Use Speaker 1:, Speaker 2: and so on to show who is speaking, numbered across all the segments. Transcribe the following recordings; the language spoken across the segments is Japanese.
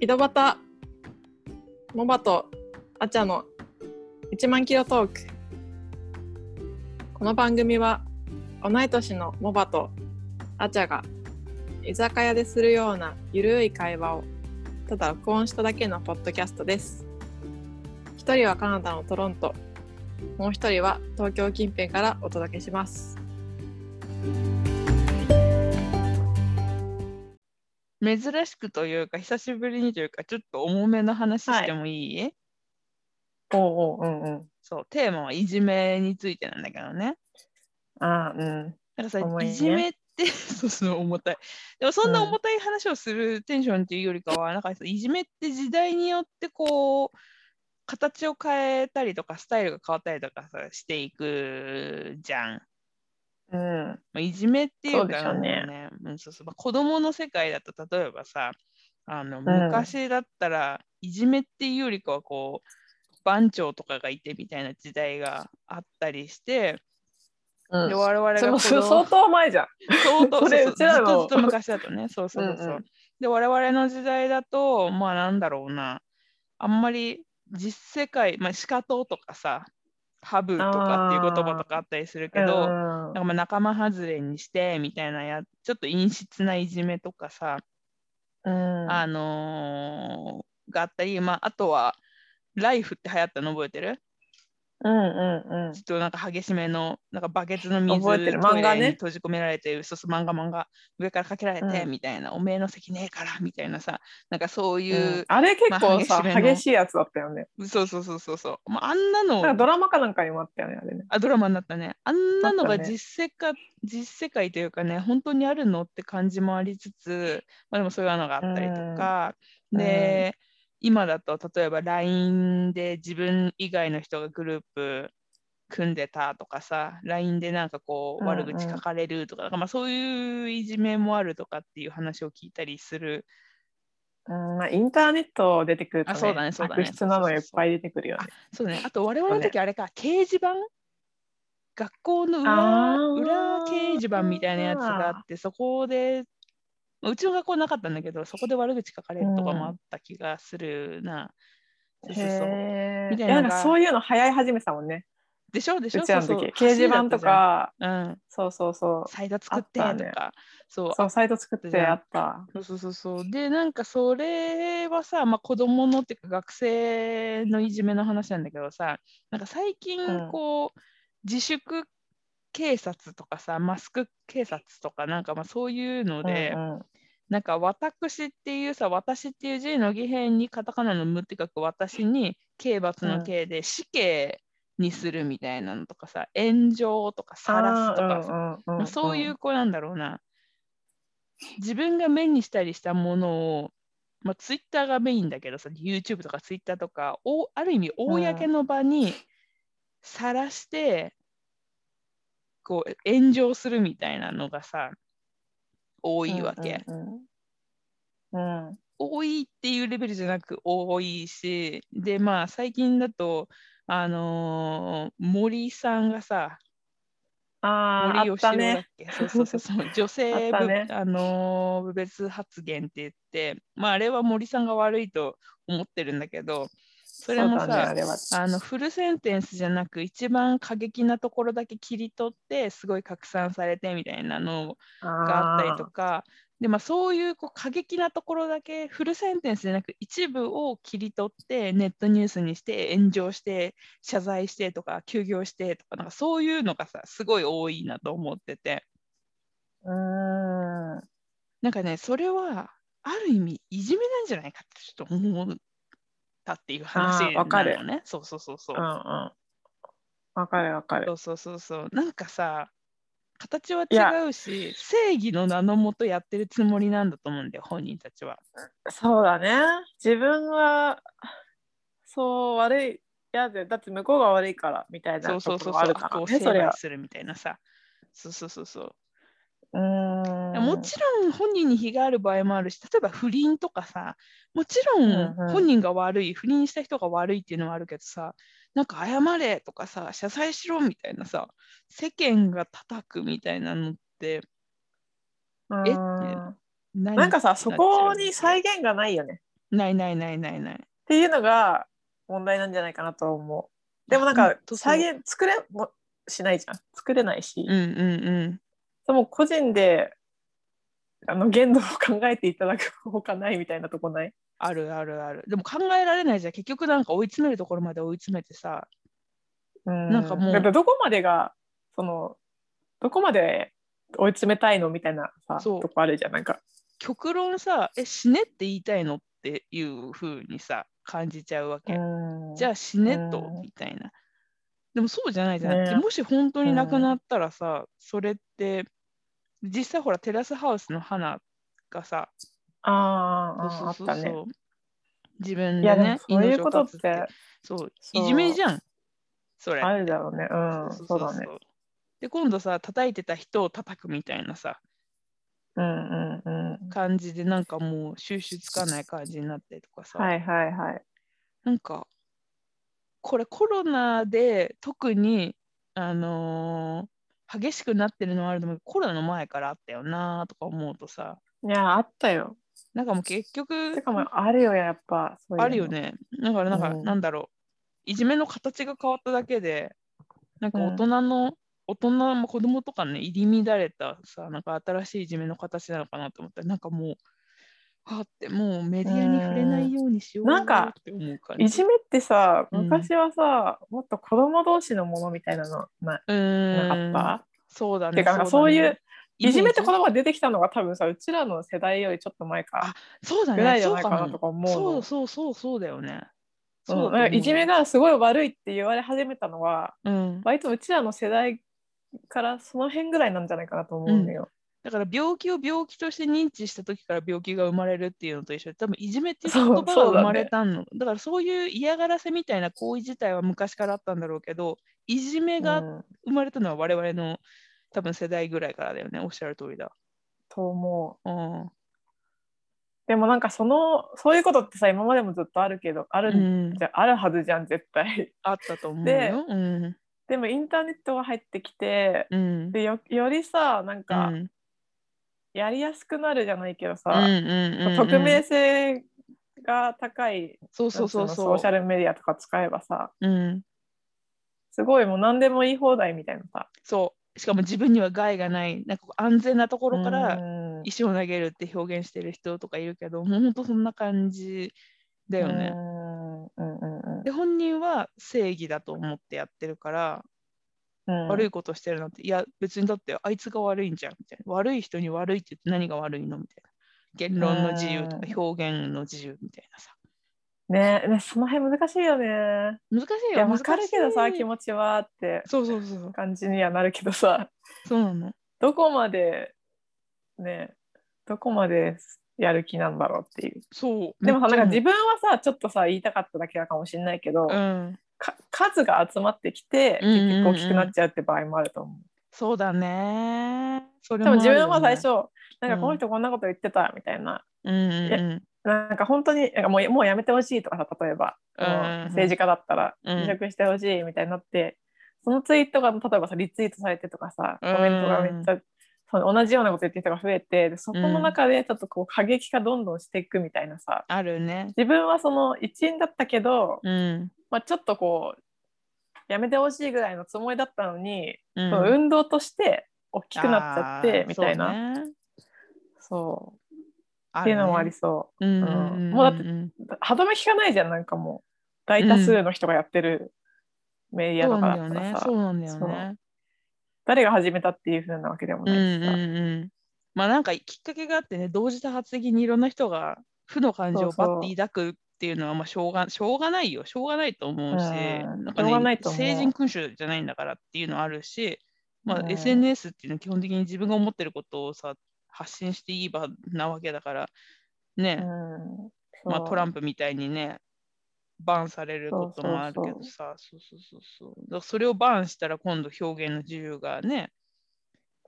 Speaker 1: 井戸端モバとアチャの1万キロトークこの番組は同い年のモバとアチャが居酒屋でするようなゆるい会話をただ録音しただけのポッドキャストです一人はカナダのトロントもう一人は東京近辺からお届けします
Speaker 2: 珍しくというか久しぶりにというかちょっと重めの話
Speaker 1: はい
Speaker 2: してもいい、
Speaker 1: おうおううんうん
Speaker 2: そうテーマはいじめについてなんだけどね
Speaker 1: ああうん
Speaker 2: なんかさ
Speaker 1: 重い
Speaker 2: い,、
Speaker 1: ね
Speaker 2: じめって そうそう重たいでもそんな
Speaker 1: うん
Speaker 2: 重たい話をするテンションっていうよりかは、なんかさいじめって時代によってこう形を変えたりとかスタイルが変わったりとかさしていくじゃん。
Speaker 1: うん
Speaker 2: まあ、いじめっていうか
Speaker 1: そうでしょうね
Speaker 2: なんだろうねうんそうそうまあ子供の世界だと例えばさあの
Speaker 1: ん
Speaker 2: 昔だったらいじめっていうよりかはこう番長とかがいてみたいな時代があったりして、
Speaker 1: う
Speaker 2: で我々が
Speaker 1: それも
Speaker 2: 子供
Speaker 1: 相当前じゃん
Speaker 2: 相当
Speaker 1: それ
Speaker 2: そ
Speaker 1: うち
Speaker 2: うそうず
Speaker 1: ら
Speaker 2: っ
Speaker 1: の
Speaker 2: とずっと昔だとねそうそうそうそう
Speaker 1: うんうん
Speaker 2: で我々の時代だとまあなんだろうなあんまり実世界まあシカトとかさハブとかっていう言葉とかあったりするけ
Speaker 1: う
Speaker 2: ど、
Speaker 1: ん
Speaker 2: なんかまあ仲間外れにしてみたいなやちょっと陰湿ないじめとかさ、
Speaker 1: うん
Speaker 2: あのーがあったり、まあ、あとはライフって流行ったの覚えてる
Speaker 1: うんうんうん
Speaker 2: ちょっとなんか激しめのなんかバケツの水
Speaker 1: 覚えてる
Speaker 2: トイレ
Speaker 1: 漫画ね
Speaker 2: に閉じ込められてそうそう漫画漫画上からかけられて
Speaker 1: うん、
Speaker 2: みたいな、おめえの席ねえからみたいなさなんかそういううん
Speaker 1: あれ結構さ、
Speaker 2: まあ激しめの
Speaker 1: 激しいやつだったよね。
Speaker 2: そうそうそうそうそう、まあ、あんな
Speaker 1: な
Speaker 2: の
Speaker 1: んかドラマかなんかにもあったよね、あれね。
Speaker 2: あドラマになったね。あんなの
Speaker 1: なっ
Speaker 2: が
Speaker 1: たね
Speaker 2: 実世界、実世界というかね、本当にあるのって感じもありつつ、まあ、でもそういうのがあったりとか、
Speaker 1: うん
Speaker 2: で、今だと例えば LINE で自分以外の人がグループ組んでたとかさ、LINE でなんかこう
Speaker 1: うんうん
Speaker 2: 悪口書かれるとか、なんかまあ、そういういじめもあるとかっていう話を聞いたりする。
Speaker 1: うん、まあインターネット出てくると、ね、
Speaker 2: あそうだねそうだね
Speaker 1: 悪質なのいっぱい出てくるよね。
Speaker 2: そうね、あと我々の
Speaker 1: そうね
Speaker 2: 時あれか、掲示板学校の
Speaker 1: あ
Speaker 2: 裏
Speaker 1: ー
Speaker 2: 裏掲示板みたいなやつがあって、そこで、まあうちの学校なかったんだけど、そこで悪口書かれるとかもあった気がするな。そうそうそう
Speaker 1: へえ。
Speaker 2: み
Speaker 1: い
Speaker 2: たい
Speaker 1: やな
Speaker 2: なのが
Speaker 1: んかそういうの流行り始めてたもんね。
Speaker 2: でしょでし
Speaker 1: う
Speaker 2: ょ
Speaker 1: ちらの時
Speaker 2: そうそう
Speaker 1: 掲示板と、か、
Speaker 2: 走りだったじゃんうん、
Speaker 1: そうそうそう。
Speaker 2: サイダー作って
Speaker 1: あ
Speaker 2: とか、
Speaker 1: ったね
Speaker 2: そう
Speaker 1: そうサイト作ってあった。
Speaker 2: そうそうそうそうでなんかそれはさ、まあ、子供のっていうか学生のいじめの話なんだけどさなんか最
Speaker 1: う
Speaker 2: 近
Speaker 1: ん
Speaker 2: こう、自粛警察とかさマスク警察とかなんかまあそういうので、
Speaker 1: うんうん
Speaker 2: なんか私っていうさ私っていう字の義変にカタカナの無って書く私に刑罰の刑で死刑にするみたいなのとかさ炎上とか晒すとかさ
Speaker 1: あーうんうん
Speaker 2: まあ、そういうこうなんだろうな自分が目にしたりしたものを、まあ、ツイッターがメインだけどさ YouTube とかツイッターとかおある意味公の場にさらして、こう炎上するみたいなのがさ多いわけ、。
Speaker 1: うんうんうんうん
Speaker 2: 多いっていうレベルじゃなく多いしでまあ最近だとあのー森さんがさ
Speaker 1: あー
Speaker 2: 森
Speaker 1: あっ
Speaker 2: 喜
Speaker 1: た
Speaker 2: 朗だっ
Speaker 1: ね。
Speaker 2: けそうそうそうそう女性
Speaker 1: あった
Speaker 2: ぶ
Speaker 1: ね
Speaker 2: あのー、部別発言って言って、まあ、あれは森さんが悪いと思ってるんだけどそれも
Speaker 1: そ
Speaker 2: さ
Speaker 1: うだねあれは
Speaker 2: あのフルセンテンスじゃなく一番過激なところだけ切り取ってすごい拡散されてみたいなのがあったりとかで、まあ、そういうこう過激なところだけフルセンテンスじゃなく一部を切り取ってネットニュースにして炎上して謝罪してとか休業してとかなんかそういうのがさすごい多いなと思ってて
Speaker 1: あー。うん。
Speaker 2: なんかねそれはある意味いじめなんじゃないかってちょっと思ったっていう話
Speaker 1: あーわかる
Speaker 2: なのねそうそうそうそう
Speaker 1: うんう。ん。わかるわかる
Speaker 2: そ。うそうそうそうなんかさ形はい
Speaker 1: や
Speaker 2: 違うし正義の名のもとやってるつもりなんだと思うんだよ本人たちは。
Speaker 1: そうだね。自分はそう悪い嫌でだって向こうが悪いからみたい
Speaker 2: そ
Speaker 1: な
Speaker 2: うそ
Speaker 1: と
Speaker 2: う
Speaker 1: こ
Speaker 2: そ
Speaker 1: ろ
Speaker 2: う
Speaker 1: が
Speaker 2: そ
Speaker 1: あるから
Speaker 2: う悪を
Speaker 1: ね
Speaker 2: 成
Speaker 1: それ
Speaker 2: 敗
Speaker 1: は。
Speaker 2: するみたいなさそうそうそうそう
Speaker 1: うーん
Speaker 2: もちろん本人に非がある場合もあるし例えば不倫とかさもちろん
Speaker 1: うんうん
Speaker 2: 本人が悪い、不倫した人が悪いっていうのはあるけどさなんか謝れとかさ謝罪しろみたいなさ世間が叩くみたいなのって
Speaker 1: うん
Speaker 2: えって
Speaker 1: なんかさ
Speaker 2: って
Speaker 1: そ
Speaker 2: なっちゃう
Speaker 1: こに再現がないよね。
Speaker 2: ないないないないない。
Speaker 1: ていうのが問題なんじゃないかなと思うでもなんか
Speaker 2: 本当そう
Speaker 1: 再現作れもしないじゃん作れないし、
Speaker 2: うんうんうん。
Speaker 1: でも個人であの限度を考えていただくほかないみたいなとこない
Speaker 2: あるあるある。でも考えられないじゃん。結局なんか追い詰めるところまで追い詰めてさ。
Speaker 1: な
Speaker 2: なんかもう
Speaker 1: どこまでがそのどこまで追い詰めたいのみたいなさ
Speaker 2: そう
Speaker 1: とこあるじゃんなんか
Speaker 2: 極論さ、え、死ねって言いたいのっていう風にさ、感じちゃうわけ。じゃあ死ねと
Speaker 1: うん、
Speaker 2: みたいな。でもそうじゃないじゃん。
Speaker 1: ね
Speaker 2: もし本当に亡くなったらさ、それって、実際ほら、テラスハウスの花がさ、
Speaker 1: あ
Speaker 2: そう
Speaker 1: あああっ
Speaker 2: そうそ
Speaker 1: た
Speaker 2: う
Speaker 1: ね
Speaker 2: そう自分
Speaker 1: いや
Speaker 2: で
Speaker 1: でも
Speaker 2: ね、
Speaker 1: そういう
Speaker 2: 命を
Speaker 1: ことっ
Speaker 2: 絶つ
Speaker 1: て
Speaker 2: そう、
Speaker 1: そう
Speaker 2: いじめじゃん。それ。
Speaker 1: あるだろうねうんそうだね。
Speaker 2: で、今度さ、叩いてた人を叩くみたいなさ、
Speaker 1: うんうんうん
Speaker 2: 感じで、なんかもう収拾つかない感じになってとかさ、
Speaker 1: はいはいはい
Speaker 2: なんか、これコロナで特に、あのー激しくなってるのはあると思うけど、コロナの前からあったよなとか思うとさ、
Speaker 1: いやあったよ
Speaker 2: なんかもう結局
Speaker 1: て、かもうあるよやっぱそういうの
Speaker 2: あるよね。だから、なんか、
Speaker 1: うん
Speaker 2: なんだろう。いじめの形が変わっただけで、なんか
Speaker 1: うん
Speaker 2: 大人の、大人も子供とかね、入り乱れたさ、なんか新しいいじめの形なのかなと思ったら、なんかもう、はあって、もうメディアに触れないようにしよう
Speaker 1: なんか
Speaker 2: って思う感じ
Speaker 1: いじめってさ
Speaker 2: うん
Speaker 1: 昔はさ、もっと子供同士のものみたいなのな
Speaker 2: うー
Speaker 1: なんかった、
Speaker 2: そうだね。
Speaker 1: てかなんかそういう
Speaker 2: だね
Speaker 1: いじめって言葉が出てきたのが多分さうちらの世代よりちょっと前か
Speaker 2: そうだ
Speaker 1: ぐらい
Speaker 2: ね。
Speaker 1: じゃ
Speaker 2: そう
Speaker 1: ない
Speaker 2: か
Speaker 1: か
Speaker 2: な
Speaker 1: なとか思うの
Speaker 2: そうそうそうそうだよね。
Speaker 1: う
Speaker 2: だと
Speaker 1: ん、
Speaker 2: 思
Speaker 1: なんかいじめ、がすごい悪いって言われ始めたのは
Speaker 2: うん、
Speaker 1: 割とうちらの世代からその辺ぐらいなんじゃないかなと思うのよ。
Speaker 2: だから病気を病気として認知した時から病気が生まれるっていうのと一緒で多分いじめっていう言
Speaker 1: そう
Speaker 2: 葉が
Speaker 1: そうだね
Speaker 2: 生まれたのだ,、からそういう嫌がらせみたいな行為自体は昔からあったんだろうけどいじめ
Speaker 1: う
Speaker 2: が
Speaker 1: ん
Speaker 2: 生まれたのは我々の多分世代ぐらいからだよねおっしゃる通りだ。
Speaker 1: と思う。
Speaker 2: うん
Speaker 1: でもなんかそのそういうことってさ今までもずっとあるけどある,、
Speaker 2: うん
Speaker 1: じゃあるはずじゃん絶対。
Speaker 2: あったと思う
Speaker 1: で
Speaker 2: よ。うん
Speaker 1: でもインターネットが入ってきて
Speaker 2: うん
Speaker 1: でよよりさなん
Speaker 2: うん
Speaker 1: かやりやすくなるじゃないけどさ、
Speaker 2: うんうんうん
Speaker 1: 匿名性が高い
Speaker 2: そうそうそう
Speaker 1: なんつの
Speaker 2: そ
Speaker 1: ソーシャ
Speaker 2: う、
Speaker 1: ルメディアとか使えばさ
Speaker 2: うん、
Speaker 1: すごいもう何でも言い放題みたいなさ。
Speaker 2: そうしかも自分には害がないなんか安全なところから
Speaker 1: うん
Speaker 2: 石を投げるって表現してる人とかいるけどもうほんとそんな感じだよね。
Speaker 1: うんうんうん
Speaker 2: で本人は正義だと思ってやってるから、
Speaker 1: うん、
Speaker 2: 悪
Speaker 1: い
Speaker 2: いことしてるなんていや別にだってあいつが悪いんじゃんみたいな悪い人に悪いって言って何が悪いのみたいな言論の自由とか
Speaker 1: うん
Speaker 2: 表現の自由みたいなさ
Speaker 1: ねねその辺難しいよね。
Speaker 2: 難しい
Speaker 1: い
Speaker 2: よ
Speaker 1: や
Speaker 2: 難
Speaker 1: 分
Speaker 2: しい
Speaker 1: かるけどさ気持ちはって
Speaker 2: そうそうそう
Speaker 1: 感じにはなるけどさ
Speaker 2: そうなの
Speaker 1: どこまでねどこまでやる気なんだろうっていう。
Speaker 2: そう
Speaker 1: でもさなんか
Speaker 2: め
Speaker 1: 自
Speaker 2: っち
Speaker 1: 分はさちょっとさ言いたかっただけかもしれないけど、
Speaker 2: ゃ思ううん
Speaker 1: か数が集まってきて
Speaker 2: うんうんうん
Speaker 1: 結構大きくなっちゃうって場合もあると思う。
Speaker 2: そうだねそれ
Speaker 1: でも自分は
Speaker 2: ある
Speaker 1: 最
Speaker 2: よね
Speaker 1: 初、なんかこの人こんなこと言ってたみたいな、
Speaker 2: うんうん
Speaker 1: なんか本当になんかもうもうやめてほしいとかさ例えば、
Speaker 2: うん
Speaker 1: その政治家だったら
Speaker 2: うん
Speaker 1: 辞職してほしいみたいになって、そのツイートが例えばさリツイートされてとかさコ
Speaker 2: うん
Speaker 1: メントがめっちゃ、その同じようなこと言ってる人が増えてでそこの中でちょっとこう過激化どんどんしていくみたいなさ
Speaker 2: あるね
Speaker 1: 自分はその一員だったけど、
Speaker 2: うん
Speaker 1: まあ、ちょっとこうやめてほしいぐらいのつもりだったのに、
Speaker 2: うん
Speaker 1: その運動として大きくなっちゃって
Speaker 2: あー
Speaker 1: みたいな
Speaker 2: そうね
Speaker 1: そう
Speaker 2: っ
Speaker 1: っていうのもありそう。
Speaker 2: うん
Speaker 1: うん
Speaker 2: うん
Speaker 1: もうだって
Speaker 2: ん
Speaker 1: 歯止め効かないじゃんなんかもう大多数の人がやってるメディア
Speaker 2: そう
Speaker 1: と
Speaker 2: な
Speaker 1: か
Speaker 2: んだ
Speaker 1: だ
Speaker 2: よ
Speaker 1: ったら
Speaker 2: ね
Speaker 1: さ、
Speaker 2: そうなんだよ
Speaker 1: そう
Speaker 2: ね
Speaker 1: 誰が始めたっていう風なわけでも
Speaker 2: うん
Speaker 1: ないしさ、
Speaker 2: うんうんまあなんかきっかけがあってね同時多発的にいろんな人が負の感情を
Speaker 1: そ
Speaker 2: バ
Speaker 1: うそう
Speaker 2: ッて抱くっていうのはまあしょうがしょうがないよしょうがないと思うし、
Speaker 1: うん
Speaker 2: なんか
Speaker 1: しょうがな
Speaker 2: ね
Speaker 1: いと思う
Speaker 2: 成人君主じゃないんだからっていうのあるし、まあ
Speaker 1: うん
Speaker 2: SNS っていうのは基本的に自分が思ってることをさ発信していい場なわけだからね、
Speaker 1: うん
Speaker 2: まあ、トラン
Speaker 1: プ
Speaker 2: プみたいにね、バンされることもある
Speaker 1: そう
Speaker 2: け
Speaker 1: そうそう
Speaker 2: どさ、そうそうそうそうだからそれをバンしたら今度表現の自由がね、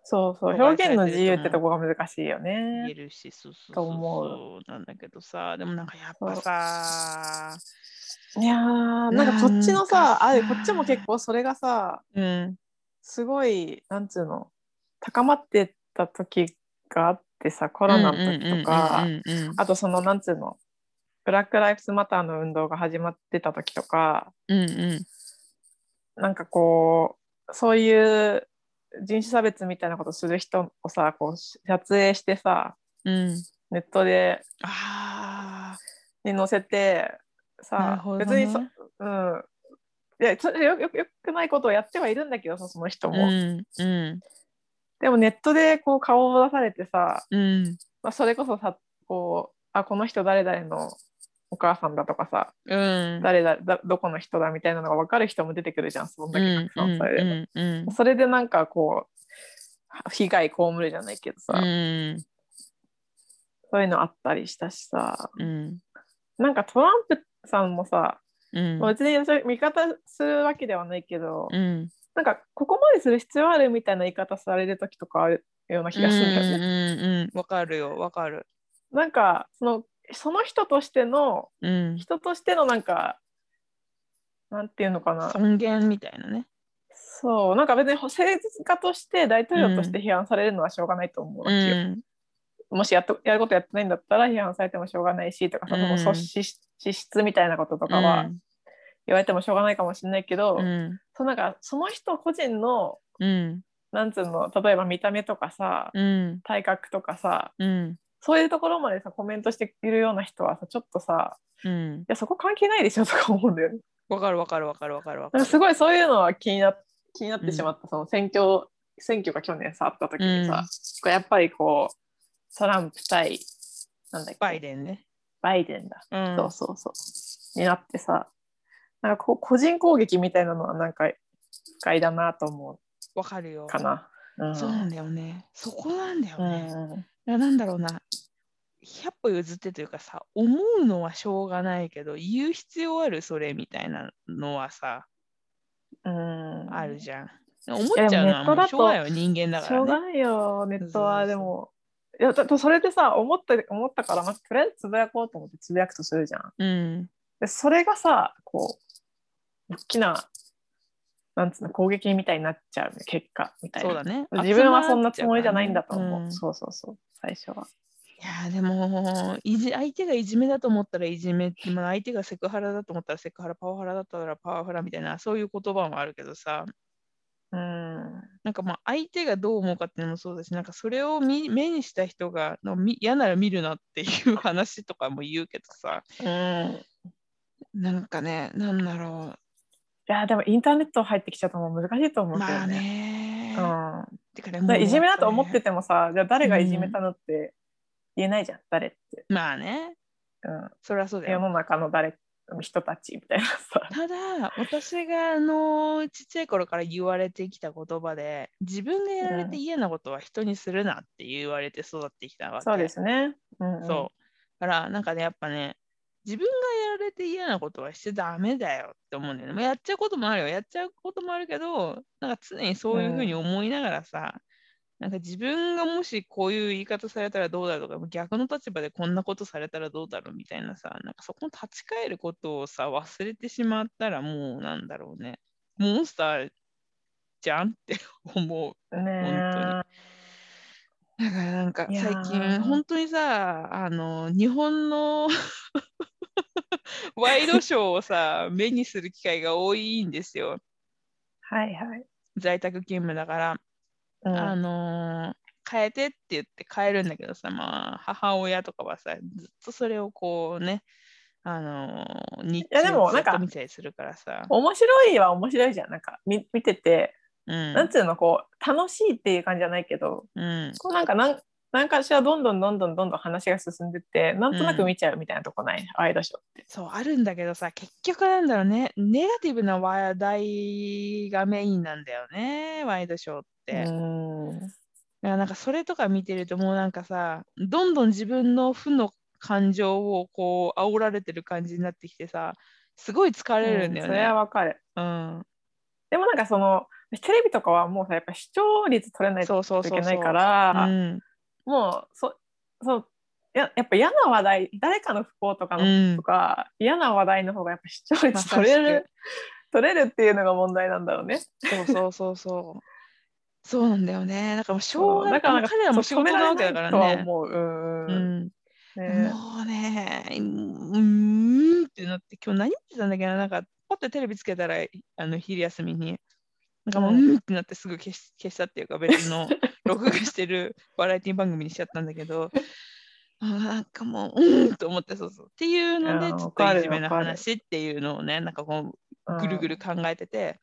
Speaker 1: そうそう表現の自由ってとこが難しいよ
Speaker 2: 言え
Speaker 1: ね
Speaker 2: るし、そうそ
Speaker 1: と
Speaker 2: うそう
Speaker 1: 思
Speaker 2: そうなんだけどさ、でもなんかやっぱさ、
Speaker 1: いやーなんかこっちの
Speaker 2: な
Speaker 1: さ
Speaker 2: んかさ
Speaker 1: あれこっちも結構それがさ
Speaker 2: うん、
Speaker 1: すごいなんつうの高まってた時があってさコ
Speaker 2: コ
Speaker 1: ロナの時とか、
Speaker 2: うんうんうんうんうん
Speaker 1: あとそのなんつうのブラック・ライフズ・マターの運動が始まってた時とか
Speaker 2: うんう
Speaker 1: なんかこうそういう人種差別みたいなことする人をさこうし撮影してさ
Speaker 2: んうん
Speaker 1: ネットで
Speaker 2: あ
Speaker 1: に載せて
Speaker 2: あなる
Speaker 1: さ、
Speaker 2: ほど、ね、
Speaker 1: 別にそ、うん、いやそれよよよくないことをやってはいるんだけどさその人も、
Speaker 2: うんう
Speaker 1: でもネットでこう顔を出されてさ、
Speaker 2: んうん
Speaker 1: まあ、それこそさこうあこの人誰々のお母さんだとかさ
Speaker 2: うん
Speaker 1: 誰だだどこの人だみたいなのが分かる人も出てくるじゃんそんだけたくさんされれば、
Speaker 2: うんうん
Speaker 1: それでなんかこう被害被るじゃないけどさ、
Speaker 2: うん
Speaker 1: そういうのあったりしたしさ
Speaker 2: うん
Speaker 1: なんかトランプさんもさ、
Speaker 2: うん
Speaker 1: まあ別に私味方するわけではないけど、
Speaker 2: うん
Speaker 1: なんかここまでする必要あるみたいな言い方される時とかあるような気がするんだよね。
Speaker 2: うんうんうんわかるよわかる
Speaker 1: なんかそのその人としての
Speaker 2: うん
Speaker 1: 人としてのなんかなんていうのかな
Speaker 2: 尊厳みたいなね
Speaker 1: そうなんか別に政治家として大統領として批判されるのはしょうがないと思うわ
Speaker 2: う
Speaker 1: けよ、
Speaker 2: ん
Speaker 1: もしやっとやることやってないんだったら批判されてもしょうがないしとかさ、
Speaker 2: うん
Speaker 1: その組織資質みたいなこととかは言われてもしょうがないかもしれないけど、
Speaker 2: うん
Speaker 1: そうなんかその人個人の
Speaker 2: うん
Speaker 1: なんつうの例えば見た目とかさ、
Speaker 2: うん
Speaker 1: 体格とかさ
Speaker 2: うん
Speaker 1: そういうところまでさコメントしているような人はさちょっとさ
Speaker 2: うん
Speaker 1: いやそこ関係ないでしょとか思うんだよね。
Speaker 2: わかるわかるわかるわかるわか
Speaker 1: なん
Speaker 2: る
Speaker 1: かすごいそういうのは気にな気になっ
Speaker 2: う
Speaker 1: て
Speaker 2: ん
Speaker 1: しまった、その選挙選挙が去年さあった時にさ、こうやっぱりこうトランプ対なんだっけ
Speaker 2: バイデンね
Speaker 1: バイデンだ、
Speaker 2: うん
Speaker 1: そうそうそうになってさなんかこう個人攻撃みたいなのはなんか不快だなと思
Speaker 2: わかるよ
Speaker 1: うかな。うん
Speaker 2: そうなんだよねそこなんだよ
Speaker 1: う
Speaker 2: ね
Speaker 1: ん
Speaker 2: ななんだろうな100歩譲ってというかさ思うのはしょうがないけど言う必要あるそれみたいなのはさ
Speaker 1: うん、
Speaker 2: あるじゃん思っちゃうのはもうしょうがないよ人間だ
Speaker 1: し
Speaker 2: か
Speaker 1: ょう
Speaker 2: ら
Speaker 1: が
Speaker 2: ね
Speaker 1: ないよネット
Speaker 2: そ
Speaker 1: は
Speaker 2: うそう
Speaker 1: でもいやだとそれでさ思った思ったからまずとりあえずつぶやこうと思ってつぶやくとするじゃん
Speaker 2: うん
Speaker 1: でそれがさこう大きななんつうの攻撃みたいになっちゃうね結果みたい
Speaker 2: そう
Speaker 1: な、
Speaker 2: だね
Speaker 1: 自分はそんなつもりじゃないんだと
Speaker 2: 集ま
Speaker 1: 思
Speaker 2: っ
Speaker 1: う、
Speaker 2: ちゃ
Speaker 1: そ
Speaker 2: うからねうん
Speaker 1: うそうそう最初はい
Speaker 2: やーでもいじ相手がいじめだと思ったらいじめまあ相手がセクハラだと思ったらセクハラパワハラだったらパワハラみたいなそういう言葉もあるけどさ
Speaker 1: うん
Speaker 2: なんかまあ相手がどう思うかっていうのもそうだしなんかそれを見目にした人がのみ嫌なら見るなっていう話とかも言うけどさ
Speaker 1: うん
Speaker 2: なんかねなんだろ
Speaker 1: いやでもインターネット入ってきちゃうともう難しいと思
Speaker 2: う
Speaker 1: うけどね,、
Speaker 2: まあね
Speaker 1: うん、
Speaker 2: てかね
Speaker 1: だからいじめだと思って
Speaker 2: て
Speaker 1: てもさじゃあ誰がいじめたのって言えないじゃん、誰って、
Speaker 2: まあね
Speaker 1: うん、
Speaker 2: そりゃそうだ
Speaker 1: 世
Speaker 2: よ
Speaker 1: の中の誰人たちみたいなさ
Speaker 2: ただ私があのちっちゃい頃から言われてきた言葉で自分がやられて
Speaker 1: うん
Speaker 2: 嫌なことは人にするなって言われて育ってきたわけ
Speaker 1: そうですね、うんうん、
Speaker 2: そうだからなんかねやっぱね自分がやられて嫌なことはしちゃダメだよって思うんだよね、まあ、やっちゃうこともあるよやっちゃうこともあるけどなんか常にそういうふうに思いながらさ、なんか自分がもしこういう言い方されたらどうだろうとか逆の立場でこんなことされたらどうだろうみたいなさなんかそこに立ち返ることをさ忘れてしまったらもうなんだろうねモンスターじゃんって思う
Speaker 1: うね
Speaker 2: 本だからなんか
Speaker 1: いや
Speaker 2: 最
Speaker 1: ー
Speaker 2: 近本当にさあの日本の ワイドショーをさ目にする機会が多いんですよ
Speaker 1: はいはい、
Speaker 2: 在宅勤務だから、
Speaker 1: うん
Speaker 2: あのー変えてって言って変えるんだけどさまあ母親とかはさずっとそれをこうねあのー日
Speaker 1: やでも
Speaker 2: 中ず
Speaker 1: なん
Speaker 2: っ
Speaker 1: か
Speaker 2: と見たりするからさ
Speaker 1: 面白いは面白いじゃんなんか見見てて、
Speaker 2: うん
Speaker 1: なんつうのこう楽しいっていう感じじゃないけど
Speaker 2: うん
Speaker 1: こうなんかなんなんかしらどんどんどんどんどんどん話が進んでってなんとなく見ちゃうみたいなとこない、ワイドショーって
Speaker 2: そうあるんだけどさ結局なんだろうねネガティブな話題がメインなんだよねワイドショーって、だか
Speaker 1: うん
Speaker 2: らなんかそれとか見てるともうなんかさどんどん自分の負の感情をこう煽られてる感じになってきてさすごい疲れるんだよ
Speaker 1: それ
Speaker 2: ね
Speaker 1: はわかる
Speaker 2: うん、
Speaker 1: でもなんかそのテレビとかはもうさやっぱ視聴率取れないと
Speaker 2: そうそう
Speaker 1: い
Speaker 2: そう
Speaker 1: け
Speaker 2: そ
Speaker 1: な
Speaker 2: う
Speaker 1: いか
Speaker 2: う
Speaker 1: ら
Speaker 2: ん
Speaker 1: もうそそうややっぱ嫌な話題誰かの不幸とかの、
Speaker 2: うん
Speaker 1: とか嫌な話題の方がやっぱ視聴
Speaker 2: まさ
Speaker 1: 率
Speaker 2: しく
Speaker 1: 取れる取れるっていうのが問題なんだろうね。
Speaker 2: そうそうそうそうそうなんだよねだからもうし
Speaker 1: そ
Speaker 2: ょう
Speaker 1: う
Speaker 2: が
Speaker 1: だからなんか
Speaker 2: 彼らも仕
Speaker 1: そう
Speaker 2: 事
Speaker 1: 止め
Speaker 2: な
Speaker 1: ら
Speaker 2: わ
Speaker 1: れ
Speaker 2: けだ
Speaker 1: な
Speaker 2: か
Speaker 1: いと
Speaker 2: ら
Speaker 1: は
Speaker 2: ね
Speaker 1: 思う。うん
Speaker 2: うん
Speaker 1: ね
Speaker 2: もうね、うーんってなって、今日何見てたんだっけど、なんか、ポッてテレビつけたら、あの昼休みに、なんかもう、う
Speaker 1: うん
Speaker 2: んってなって、すぐ消し消したっていうか、別の録画してるバラエティ番組にしちゃったんだけど、あーなんかもう、うんと思って、そうそう。っていうの
Speaker 1: い
Speaker 2: で、
Speaker 1: やー
Speaker 2: ちょっ
Speaker 1: わ
Speaker 2: と
Speaker 1: かる
Speaker 2: いじめの
Speaker 1: わかる
Speaker 2: 話っていうのをね、なんかこ
Speaker 1: うん
Speaker 2: う、ぐるぐる考えてて、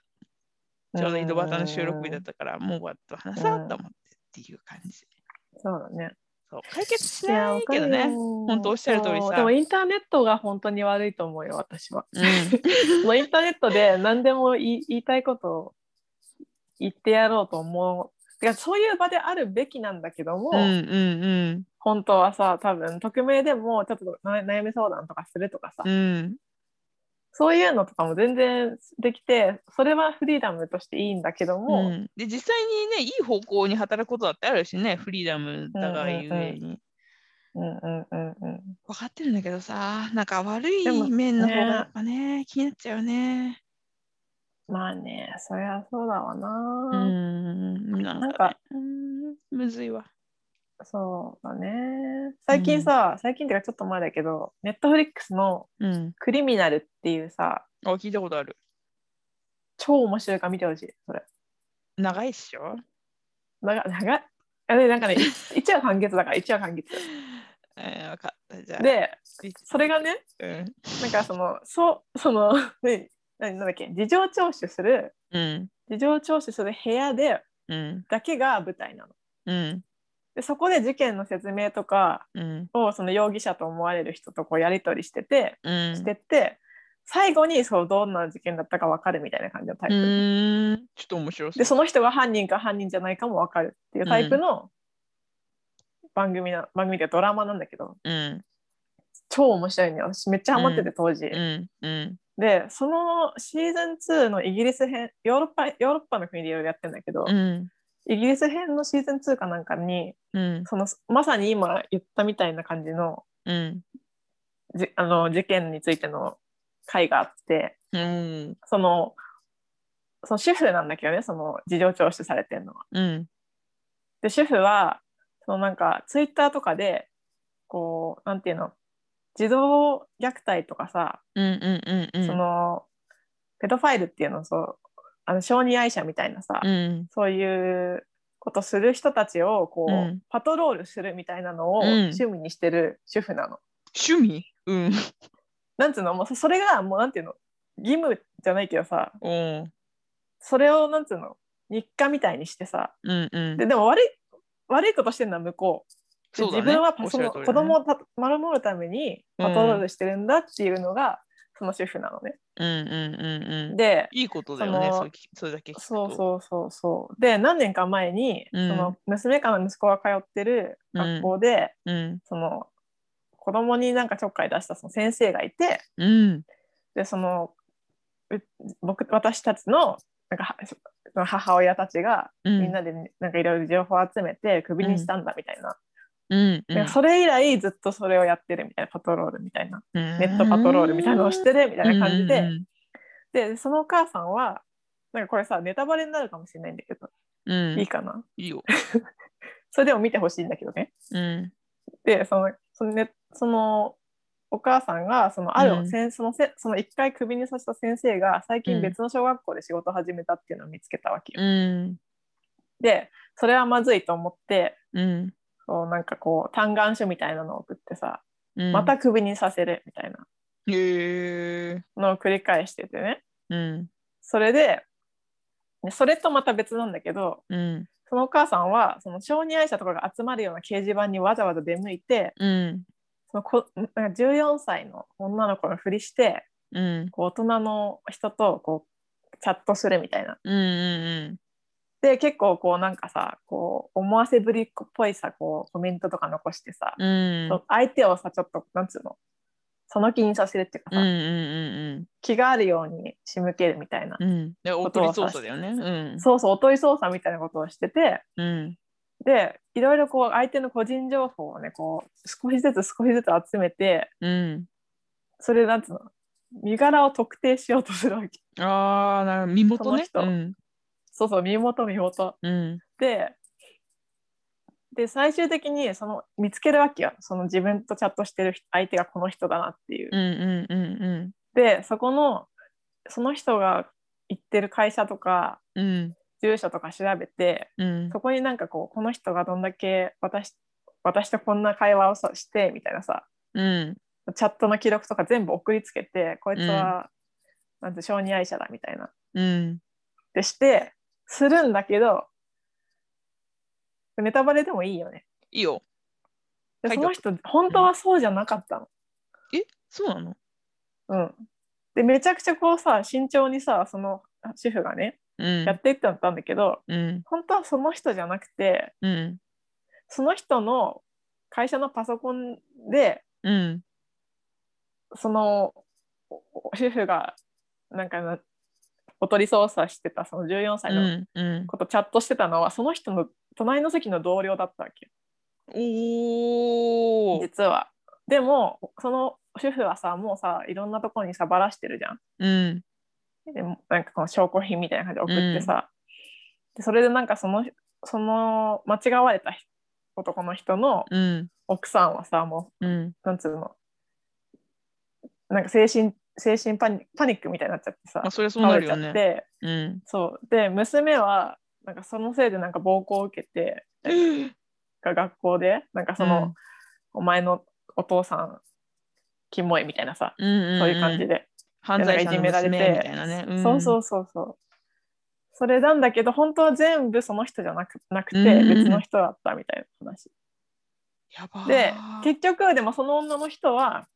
Speaker 2: ちょうど井戸端の収録日だったから、もうバッと話そうと思ってっていう感じ。
Speaker 1: そうだね。
Speaker 2: そう解決しないけどね。
Speaker 1: 本
Speaker 2: 本当おっしゃる通りさ
Speaker 1: でもインターネットが本当に悪いと思うよ、私 は。
Speaker 2: うん
Speaker 1: もうインターネットで何でも言い言いたいことを言ってやろうと思う。いやそういう場であるべきなんだけども、
Speaker 2: うんうん
Speaker 1: 本当はさ多分匿名でもちょっとな悩み相談とかするとかさ、
Speaker 2: うんうん
Speaker 1: そういうのとかも全然できてそれはフリーダムとしていいんだけども、
Speaker 2: うんで実際にねいい方向に働くことだってあるしねフリーダムだがゆえに、
Speaker 1: うんうんうんうん
Speaker 2: 分かってるんだけどさなんか悪い
Speaker 1: でも
Speaker 2: 面の方が
Speaker 1: ね
Speaker 2: やっぱね気になっちゃうね
Speaker 1: まあねそりゃそうだわな、
Speaker 2: うんなんか,、ね、
Speaker 1: なんか
Speaker 2: うんむずいわ
Speaker 1: そうだね最近さ、最近っていうかちょっと前だけどネットフリックスの
Speaker 2: うん
Speaker 1: 「クリミナル」っていうさ
Speaker 2: あ聞いたことある
Speaker 1: 超面白いから見てほしいそれ
Speaker 2: 長いっしょ
Speaker 1: 長長いあれなん かね1話完結だから1話完結
Speaker 2: えー、分かったじゃあ
Speaker 1: で
Speaker 2: い
Speaker 1: それがね
Speaker 2: うん
Speaker 1: なんかその、そう、その、 ね、何なんだっけ、事情聴取する、
Speaker 2: うん
Speaker 1: 事情聴取する部屋で、
Speaker 2: うん
Speaker 1: だけが舞台なの。
Speaker 2: うん
Speaker 1: で、そこで事件の説明とか
Speaker 2: うん
Speaker 1: を、その容疑者と思われる人とこうやり取りしてて、
Speaker 2: うん
Speaker 1: してって、最後にそうどんな事件だったか分かるみたいな感じのタイ
Speaker 2: う
Speaker 1: プ。
Speaker 2: ーんちょっと面白そう
Speaker 1: で、その人が犯人か犯人じゃないかも分かるっていうタイプの番組な、番組っていうかドラマなんだけど、
Speaker 2: うん
Speaker 1: 超面白いね。私めっちゃハマってて、当時。
Speaker 2: うんうん
Speaker 1: でそのシーズン2のイギリス編ヨーロッパヨーロッパの国でいろいろやってんだけど、
Speaker 2: うん
Speaker 1: イギリス編のシーズン2かなんかに
Speaker 2: うん
Speaker 1: そのまさに今言ったみたいな感じの
Speaker 2: うん
Speaker 1: じあの事件についての回があって
Speaker 2: うん
Speaker 1: そのその主婦なんだけどねその事情聴取されてるのは。
Speaker 2: うん
Speaker 1: で主婦はそのなんかツイッターとかでこうなんていうの児童虐待とかさ
Speaker 2: うんうんうんうん
Speaker 1: そのペドファイルっていうのそうあの小児愛者みたいなさ、
Speaker 2: うん
Speaker 1: そういうことする人たちをこう、
Speaker 2: うん
Speaker 1: パトロールするみたいなのを
Speaker 2: うん
Speaker 1: 趣味にしてる主婦なの。
Speaker 2: 趣味うん
Speaker 1: なんつうのもうそそれがもうなんていうの義務じゃないけどさ
Speaker 2: おう
Speaker 1: それをなんつうの日課みたいにしてさ
Speaker 2: うんうん
Speaker 1: ででも悪い悪いことしてるのは向こう。で
Speaker 2: そうだね
Speaker 1: 自分はパ
Speaker 2: おっし
Speaker 1: そ
Speaker 2: ゃる
Speaker 1: の
Speaker 2: 通りだね
Speaker 1: 子供をた守るために
Speaker 2: うん
Speaker 1: パトロールしてるんだっていうのが、その主婦なのね。
Speaker 2: うんうんうんうん
Speaker 1: で
Speaker 2: いいことだよね
Speaker 1: その
Speaker 2: それきそれだけ聞くと
Speaker 1: そうそうそうそうで何年か前に、
Speaker 2: うん
Speaker 1: その娘かの息子が通ってる学校で、
Speaker 2: うん
Speaker 1: その子供になんかちょっかい出したその先生がいて
Speaker 2: うん
Speaker 1: でそのう僕私たちのなんかはその母親たちが
Speaker 2: うん
Speaker 1: みんなでなんかいろいろ情報を集めてクビにしたんだみたいな,、
Speaker 2: うんうん
Speaker 1: なんかそれ以来ずっとそれをやってるみたいなパトロールみたいなネットパトロールみたいなのをしてるみたいな感じで、でそのお母さんはなんかこれさネタバレになるかもしれないんだけど、
Speaker 2: うんうんうん
Speaker 1: いいかない
Speaker 2: いよ
Speaker 1: それでも見てほしいんだけどね
Speaker 2: うん
Speaker 1: でそのその,、ね、そのお母さんがそのある、
Speaker 2: うん
Speaker 1: せんそのせその一回クビにさせた先生が最
Speaker 2: うん
Speaker 1: 近別の小学校で仕事を始めたっていうのを見つけたわけよ。
Speaker 2: うん
Speaker 1: でそれはまずいと思って
Speaker 2: うん
Speaker 1: そうなんかこう嘆願書みたいなのを送ってさ
Speaker 2: うん
Speaker 1: またクビにさせるみたいな
Speaker 2: へえ
Speaker 1: のを繰り返しててね
Speaker 2: うん
Speaker 1: それでねそれとまた別なんだけど
Speaker 2: うん
Speaker 1: そのお母さんはその小児愛者とかが集まるような掲示板にわざわざ出向いて
Speaker 2: うん
Speaker 1: そのこなんか14歳の女の子のふりして
Speaker 2: うん
Speaker 1: こう大人の人とこうチャットするみたいな。
Speaker 2: うんうん
Speaker 1: で結構こうなんかさこう思わせぶりっぽいさこうコメントとか残してさ、
Speaker 2: うんうん
Speaker 1: そう相手をさちょっとなんつうのその気にさせるっていうか
Speaker 2: うんう
Speaker 1: さ、
Speaker 2: んうん
Speaker 1: 気があるように仕向けるみたいな、
Speaker 2: うんうんでおとり操作だよねうん
Speaker 1: そうそうおとり捜査みたいなことをしてて
Speaker 2: うん
Speaker 1: でいろいろこう相手の個人情報をねこう少しずつ少しずつ集めて
Speaker 2: うん
Speaker 1: それなんつうの身柄を特定しようとするわけ
Speaker 2: ああなるほど身元ね
Speaker 1: その人
Speaker 2: うん
Speaker 1: そうそう身元身元
Speaker 2: うん
Speaker 1: でで最終的にその見つけるわけよその自分とチャットしてる人相手がこの人だなっていう。
Speaker 2: うんうんうん
Speaker 1: でそこのその人が行ってる会社とか
Speaker 2: うんうん
Speaker 1: 住所とか調べて
Speaker 2: うん
Speaker 1: そこになんかこうこの人がどんだけ私私とこんな会話をさしてみたいなさ
Speaker 2: うん
Speaker 1: チャットの記録とか全部送りつけてこいつは、なんて小児愛者だみたいな
Speaker 2: うん
Speaker 1: でしてするんだけどネタバレでもいいよね
Speaker 2: いいよ
Speaker 1: で
Speaker 2: はい
Speaker 1: その人本当はそうじゃなかったの、
Speaker 2: えそうなの
Speaker 1: うん、でめちゃくちゃこうさ慎重にさその主婦がね
Speaker 2: うん
Speaker 1: やっていったんだけど
Speaker 2: うん
Speaker 1: 本当はその人じゃなくて
Speaker 2: うん
Speaker 1: その人の会社のパソコンで
Speaker 2: うん
Speaker 1: そのおお主婦がなんかなおとり操作してたその14歳の
Speaker 2: うんうん
Speaker 1: ことチャットしてたのは、その人の隣の席の同僚だったわけ
Speaker 2: おお
Speaker 1: 実はでもその主婦はさもうさいろんなところにさばらしてるじゃん
Speaker 2: うん
Speaker 1: でもなんかこの証拠品みたいな感じで送ってさ、でそれでなんかそのその間違われた人男の人の
Speaker 2: うん
Speaker 1: 奥さんはさも
Speaker 2: うん
Speaker 1: うなんつうのなんか精神精神パニパニックみたいになっちゃってさ
Speaker 2: まあそれそう
Speaker 1: 倒
Speaker 2: な
Speaker 1: れ
Speaker 2: る
Speaker 1: ちゃ
Speaker 2: よ
Speaker 1: って、
Speaker 2: ね うん
Speaker 1: そうで娘はなんかそのせいでなんか暴行を受けてが学校でなんかその、
Speaker 2: うん
Speaker 1: お前のお父さんキモいみたいなさ、
Speaker 2: うんうん
Speaker 1: そういう感じで、
Speaker 2: 犯罪者の
Speaker 1: なんかい
Speaker 2: 娘
Speaker 1: じ
Speaker 2: み
Speaker 1: められて
Speaker 2: たいなねん
Speaker 1: そうそうそうそうそれなんだけど本当は全部その人じゃなくなくて
Speaker 2: うん
Speaker 1: 別の人だったみたいな話、
Speaker 2: やばー
Speaker 1: で結局でもその女の人は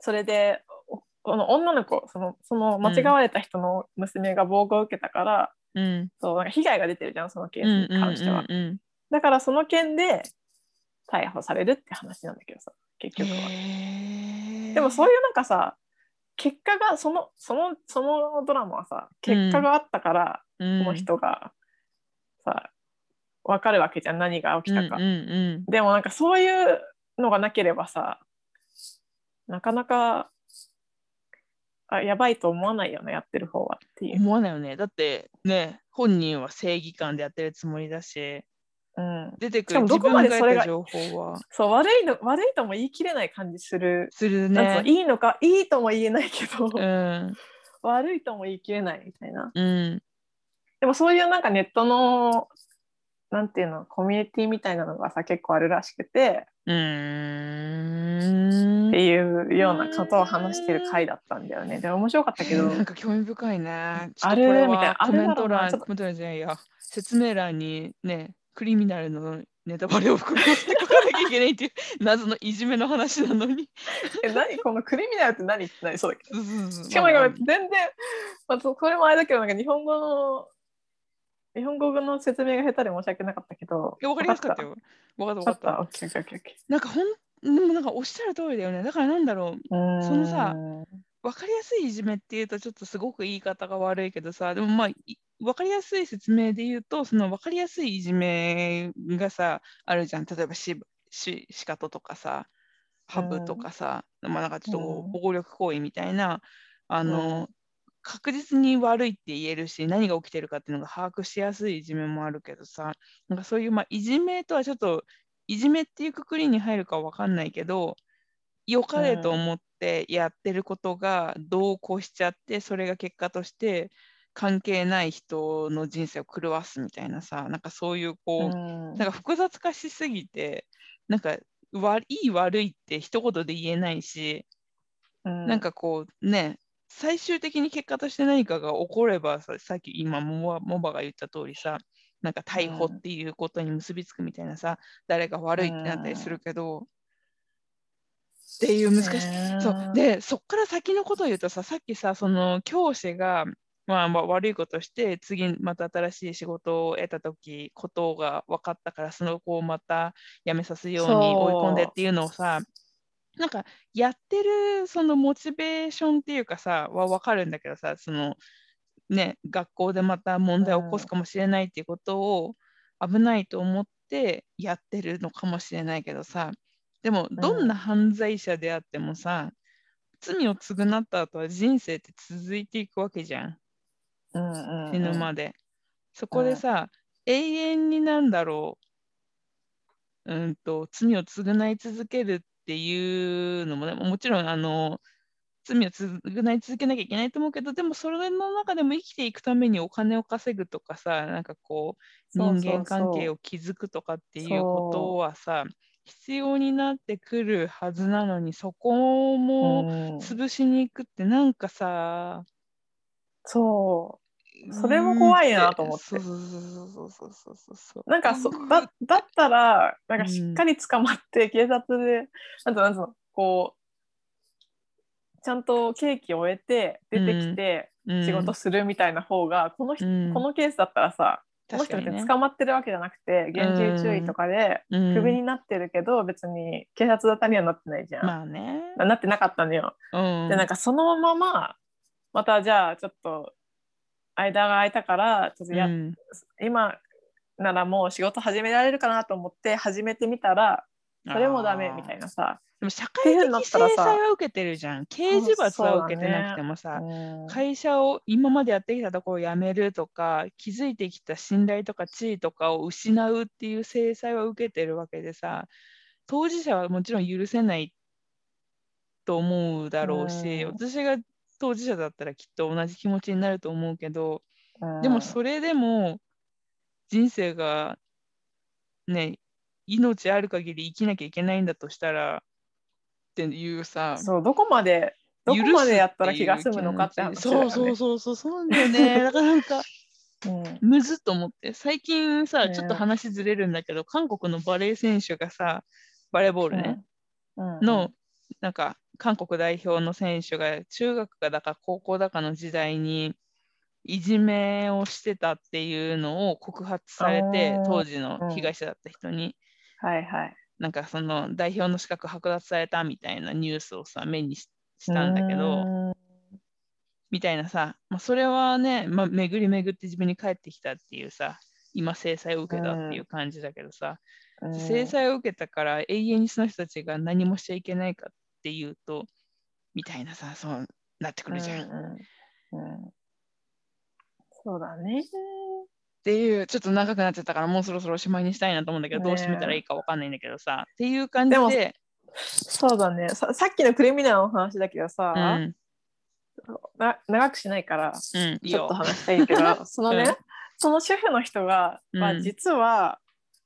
Speaker 1: それでおこの女の子そのその間違われた人の娘が暴行を受けたから、
Speaker 2: うん
Speaker 1: そうなんか被害が出てるじゃんそのケー
Speaker 2: うん
Speaker 1: ス
Speaker 2: う
Speaker 1: に
Speaker 2: ん
Speaker 1: 関しては、
Speaker 2: うんうん
Speaker 1: だからその件で逮捕されるって話なんだけどさ結局は、
Speaker 2: へー
Speaker 1: でもそういうなんかさ結果がそのそのそのドラマはさ結果があったから、
Speaker 2: う
Speaker 1: こ
Speaker 2: ん
Speaker 1: の人がさ分かるわけじゃん何が起きたか、
Speaker 2: うんうん
Speaker 1: でもなんかそういうのがなければさなかなかあやばいと思わないよねやってる方はって
Speaker 2: う
Speaker 1: い
Speaker 2: ん、
Speaker 1: う、
Speaker 2: 思わないよねだってね本人は正義感でやってるつもりだし
Speaker 1: うん、
Speaker 2: 出てく
Speaker 1: しか
Speaker 2: る
Speaker 1: も
Speaker 2: 自
Speaker 1: どこ
Speaker 2: 分
Speaker 1: ま
Speaker 2: が
Speaker 1: で
Speaker 2: 得
Speaker 1: それ
Speaker 2: た
Speaker 1: が
Speaker 2: 情報は
Speaker 1: そう悪いの悪いとも言い切れない感じする、
Speaker 2: する
Speaker 1: なんつうの
Speaker 2: ね
Speaker 1: いいのかいいとも言えないけど、
Speaker 2: うん
Speaker 1: 悪いとも言い切れないみたいな
Speaker 2: うん
Speaker 1: でもそういうなんかネットのなんていうのコミュニティみたいなのがさ結構あるらしくて、
Speaker 2: うー
Speaker 1: っ
Speaker 2: ん
Speaker 1: ていうようなことを話してる回だったんだよねで面白かったけど
Speaker 2: なんか興味深いね。ちょっ
Speaker 1: あ
Speaker 2: と
Speaker 1: れ
Speaker 2: これは
Speaker 1: みたいなあ
Speaker 2: コ
Speaker 1: れ
Speaker 2: メン
Speaker 1: だろ
Speaker 2: ト
Speaker 1: うな
Speaker 2: 欄、
Speaker 1: ちょっと
Speaker 2: コメント欄じゃないや、説明欄にね、クリミナルのネタバレを含めて書かなきゃいけないっていう謎のいじめの話なのに。
Speaker 1: え何このクリミナルって何ってなりそうだけ
Speaker 2: そうそうそう
Speaker 1: どしかも
Speaker 2: まあ
Speaker 1: な
Speaker 2: ま
Speaker 1: んか全然、まあ、そこれもあれだけどなんか日本語の日本語の説明が下手で申し訳なかったけど
Speaker 2: あわかりやすかったよ。わかっ
Speaker 1: 分か
Speaker 2: たわ
Speaker 1: っ
Speaker 2: かった
Speaker 1: た。オッケーオッケーオッケ
Speaker 2: なんかほん、でもなんかおっしゃる通りだよね。だからなんだろ
Speaker 1: ーうーん
Speaker 2: そのさう、わかりやすいいじめっていうとちょっとすごく言い方が悪いけどさ、でもまあ、いわかりやすい説明で言うと、そのわかりやすいいじめがさ、あるじゃん。例えばし、し、しかととかさ、ハブとかさ、まあなんかちょっとこう暴力行為みたいな、あの、確実に悪いって言えるし、何が起きてるかっていうのが把握しやすいいじめもあるけどさ、なんかそういう、まあ、いじめとはちょっと、いじめっていうくくりに入るかわかんないけど、良かれと思ってやってることが同行しちゃって、それが結果として関係ない人の人生を狂わすみたいなさ、なんかそういうこう、
Speaker 1: うん
Speaker 2: なんか複雑化しすぎて、なんか悪い悪いって一言で言えないし、
Speaker 1: うん
Speaker 2: なんかこうね、最終的に結果として何かが起こればさ、さっき今モバ、モバが言った通りさ、なんか逮捕
Speaker 1: うん
Speaker 2: っていうことに結びつくみたいなさ、誰が悪いってなったりするけど、っていう難しい
Speaker 1: ね
Speaker 2: そうでそっから先のことを言うとささっきさその教師が、まあ、まあ悪いことして次また新しい仕事を得た時ことが分かったからその子をまた辞めさせるように追い込んでっていうのをさなんかやってるそのモチベーションっていうかさは分かるんだけどさそのね学校でまた問題を起こすかもしれないっていうことを危ないと思ってやってるのかもしれないけどさでもどんな犯罪者であってもさ、罪を償った後は人生って続いていくわけじゃん
Speaker 1: うんうんうん
Speaker 2: 死ぬまで、そこでさ、永遠になんだろううんと罪を償い続けるっていうのもねもちろんあの罪を償い続けなきゃいけないと思うけどでもそれの中でも生きていくためにお金を稼ぐとかさなんかこう
Speaker 1: そうそうそう
Speaker 2: 人間関係を築くとかっていうことはさ必要になってくるはずなのにそこも
Speaker 1: うん
Speaker 2: 潰しに行くってなんかさ、
Speaker 1: そうそれも怖いなと思って
Speaker 2: うんそうそうそうそうそうそうそう
Speaker 1: なんかそだだったらなんかしっかり捕まって警察で、なんとなんつうのこうちゃんと刑期を終えて出てきて
Speaker 2: うん
Speaker 1: 仕事するみたいな方が、この人、
Speaker 2: うん
Speaker 1: このケースだったらさこの
Speaker 2: 確
Speaker 1: 人
Speaker 2: か
Speaker 1: 別
Speaker 2: にね
Speaker 1: に捕まってるわけじゃなくて厳重注意とかで
Speaker 2: うん
Speaker 1: クビになってるけど、別に警察沙汰にはなってないじゃん、
Speaker 2: まあね、
Speaker 1: なってなかったのよ。
Speaker 2: うん、
Speaker 1: でなんかそのまままたじゃあちょっと間が空いたからちょっとや、
Speaker 2: うん
Speaker 1: 今ならもう仕事始められるかなと思って始めてみたらそれもダメ
Speaker 2: あー
Speaker 1: みたいなさ、
Speaker 2: でも社
Speaker 1: て
Speaker 2: 会
Speaker 1: いうの
Speaker 2: 的
Speaker 1: に
Speaker 2: 制
Speaker 1: なったらさ
Speaker 2: 裁は受けてるじゃん。刑事罰は受けてなくてもさ、
Speaker 1: うん
Speaker 2: 会社を今までやってきたところを辞めるとか、築いてきた信頼とか地位とかを失うっていう制裁は受けてるわけでさ、当事者はもちろん許せないと思うだろうし、
Speaker 1: うん
Speaker 2: 私が当事者だったらきっと同じ気持ちになると思うけど、
Speaker 1: うん
Speaker 2: でもそれでも人生がね命ある限り生きなきゃいけないんだとしたらっていうさ
Speaker 1: そうどこまでどこ
Speaker 2: 許す
Speaker 1: までやったら
Speaker 2: ってい
Speaker 1: 気
Speaker 2: う
Speaker 1: が済むのかって話だ
Speaker 2: 気
Speaker 1: よ
Speaker 2: 持
Speaker 1: ね
Speaker 2: ちそうそうそうそうそうなんだ よねだからなんか
Speaker 1: うん
Speaker 2: むずっと思って最近さ
Speaker 1: ね
Speaker 2: ちょっと話ずれるんだけど韓国のバレー選手がさバレーボールね、
Speaker 1: うん
Speaker 2: のなんか韓国代表の選手が中学かだか高校だかの時代にいじめをしてたっていうのを告発されて
Speaker 1: あー
Speaker 2: 当時の被害者だった人に、
Speaker 1: はいはい
Speaker 2: なんかその代表の資格剥奪されたみたいなニュースをさ目にししたんだけど、
Speaker 1: うん
Speaker 2: みたいなさ、まあ、それはね、まあ、巡り巡って自分に返ってきたっていうさ今制裁を受けたっていう感じだけどさ、
Speaker 1: うん
Speaker 2: 制裁を受けたから永遠にその人たちが何もしちゃいけないかっていうとみたいなさそうなってくるじゃん、っ
Speaker 1: うんうんうんそうだね
Speaker 2: ていうちょっと長くなっちゃったからもうそろそろおしまいにしたいなと思うんだけど、
Speaker 1: ねえ
Speaker 2: どう締めたらいいかわかんないんだけどさっていう感じ
Speaker 1: でも
Speaker 2: で、
Speaker 1: そうだねささっきのクリミナルの話だけどさ、
Speaker 2: うん
Speaker 1: な長くしないからち
Speaker 2: うん、いい
Speaker 1: ょっ
Speaker 2: よ
Speaker 1: と。話したいけ どそのね、
Speaker 2: うん
Speaker 1: その主婦の人が、ま
Speaker 2: う
Speaker 1: あ、
Speaker 2: ん
Speaker 1: 実は